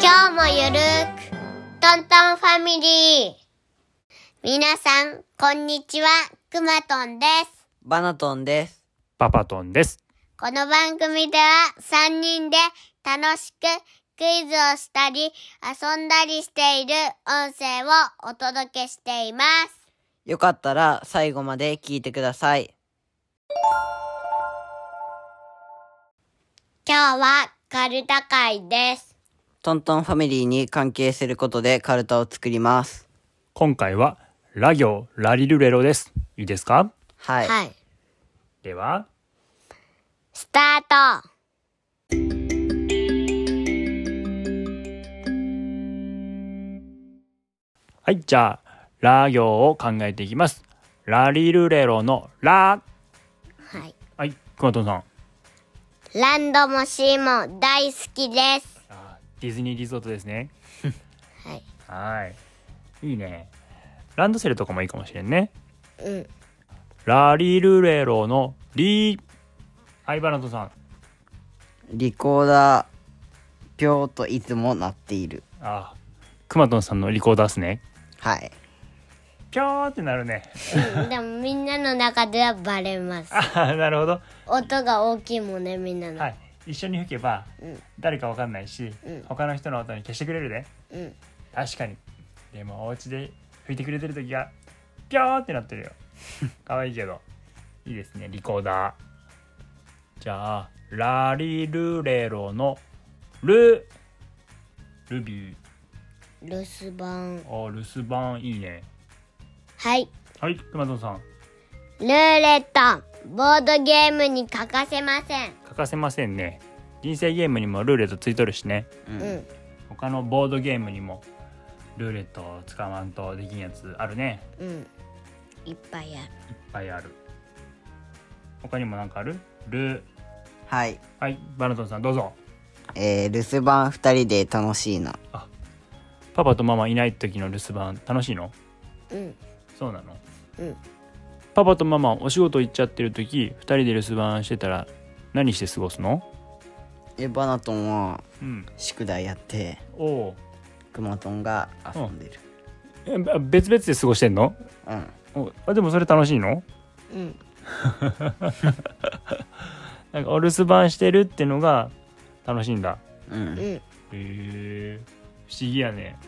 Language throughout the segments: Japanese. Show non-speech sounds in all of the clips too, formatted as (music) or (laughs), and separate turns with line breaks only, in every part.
今日もゆるーく、トントンファミリー。皆さん、こんにちは、くまとんです。
バナトンです。
パパトンです。
この番組では3人で楽しくクイズをしたり、遊んだりしている音声をお届けしています。
よかったら最後まで聞いてください。
今日はカルタ会です。
トントンファミリーに関係することでカルタを作ります。
今回はラ行ラリルレロです。いいですか
はい。
はい。
では、
スタート
はい、じゃあ、ラ行を考えていきます。ラリルレロのラ。
はい。
はい、熊本さん。
ランドもシーも大好きです。
あディズニーリゾートですね。
はい。
はい。いいね。ランドセルとかもいいかもしれんね。
うん。
ラリルレロのリ。はい、バナトンさん。
リコーダー、ぴょーといつも鳴っている。
あ、熊本さんのリコーダーですね。
はい。
ぴょーってなるね。 (laughs)
うんでもみんなの中ではバレます
あーなるほど。
音が大きいもんねみんなの、
はい、一緒に吹けば
ん
誰かわかんないし、
うん
他の人の音に消してくれるね
うん
確かにでもお家で吹いてくれてる時がピョーってなってるよ (laughs) 可愛いけどいいですねリコーダーじゃあラリルレロのルルビー
留守番
お留守番いいね
はい
はい熊野さん
ルーレットボードゲームに欠かせません
欠かせませんね人生ゲームにもルーレットついとるしね
うん
うん
他のボードゲームにもルーレットを使わんとできんやつあるね
うんいっぱいある
いっぱいある他にも何かあるル
はい。
はいバナトンさんどうぞ
えー、留守番二人で楽しいな。
パパとママいない時の留守番楽しいの
うん
そうなの
うん
パパとママお仕事行っちゃってる時2人で留守番してたら何して過ごすの
え、バナトンは
うん
宿題やって、
おお
クマトンが遊んでる。
えば別々で過ごしてんの
うん。
おあでもそれ楽しいの
うん
なんかお留守番してるってのが楽しいんだ
うん。
うんうん
へえ不思議やね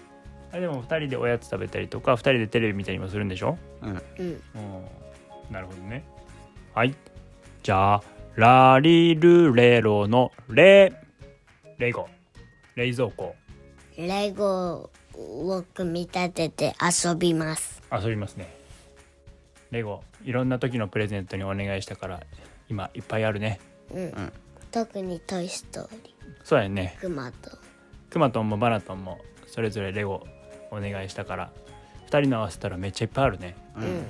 あでも2人でおやつ食べたりとか2人でテレビ見たりもするんでしょ
うん。
うん
うんなるほどねはいじゃあラリルレロのレレゴ冷蔵庫
レゴを組み立てて遊びます
遊びますねレゴいろんな時のプレゼントにお願いしたから今いっぱいあるね
うん、
ん
特に「トイ・ストーリ
そうやね
ー」クマと
くまとんもバナトンもそれぞれレゴお願いしたから2人の合わせたらめっちゃいっぱいあるね
うん。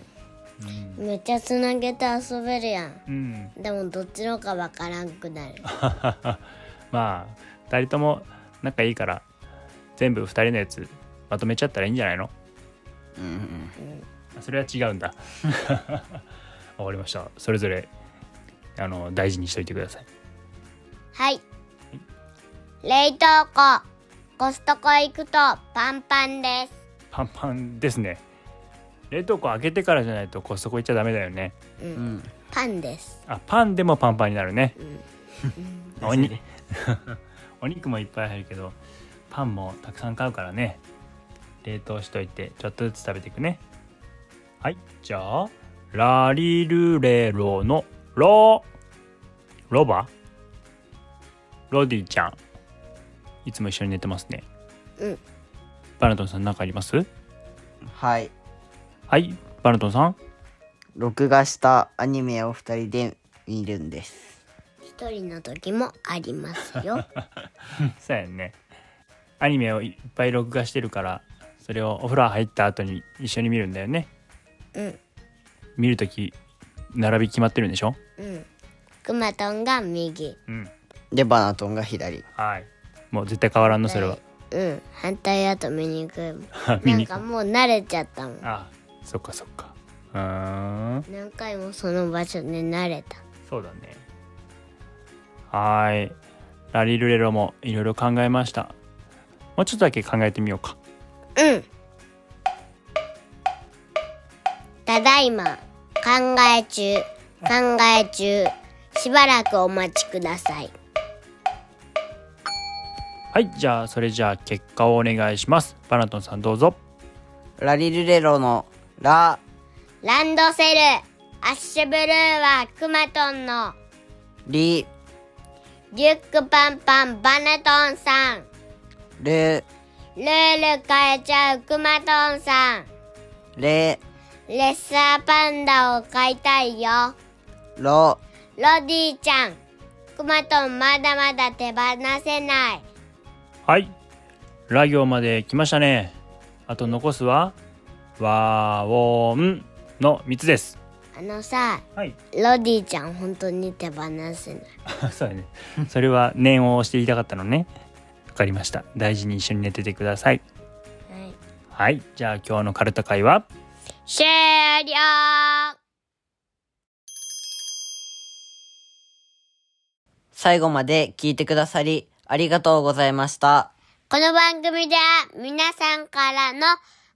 うん、
めっちゃつなげて遊べるやん
うん、
でもどっちのかわからんくなる
(laughs) まあ2人とも仲いいから全部2人のやつまとめちゃったらいいんじゃないの
うん。うん。
それは違うんだ (laughs) わかりましたそれぞれあの大事にしといてください
はい。冷凍庫。コストコ行くとパンパンです。
パンパンですね冷凍庫開けてからじゃないとコストコ行っちゃダメだよね
うん。
パンです。
あパンでもパンパンになるね、おに (laughs) お肉もいっぱい入るけどパンもたくさん買うからね冷凍しといてちょっとずつ食べていくねはいじゃあラリルレロのロロバロディちゃんいつも一緒に寝てますね
うん
バナトンさん何かあります
はい。
はいバナトンさん
録画したアニメを二人で見るんです。
一人の時もあります
(laughs)
よ。
そうやんねアニメをいっぱい録画してるからそれをお風呂入った後に一緒に見るんだよね
うん。
見るとき並び決まってるんでしょ
うん。くまとんが右。
うん
で、バナトンが左。
はいもう絶対変わらんのそれは、
うん。反対だと見にくいもん。
(laughs) 見
なん
に
かもう慣れちゃったもん。
あそっかそっかうーん
何回もその場所に慣れた。
そうだねはーいラリルレロもいろいろ考えましたもうちょっとだけ考えてみようか
うん。ただいま、考え中、考え中、しばらくお待ちください。
はいじゃあそれじゃあ結果をお願いしますバナトンさんどうぞ
ラリルレロのラ
ランドセル、アッシュブルーはクマトンの、
リ
リュックパンパンバナトンさん、
ル
ルール変えちゃうクマトンさん、
レ
レッサーパンダを飼いたいよ。ロ
ロ
ディちゃん、クマトンまだまだ手放せない。
はいラ行まで来ましたねあと残すは和音の3つです
あのさ、
はい
ロディちゃん本当に手放せない。
(laughs) そうだね。それは念を押して言いたかったのね。わかりました。大事に一緒に寝ててください。
はい、
はい。じゃあ今日のカルタ会は
終了
最後まで聞いてくださりありがとうございました。
この番組では皆さんからの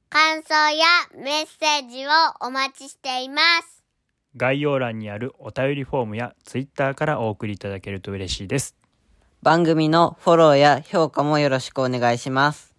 感想やメッセージをお待ちしています。
概要欄にあるお便りフォームや Twitter からお送りいただけると嬉しいです。
番組のフォローや評価もよろしくお願いします。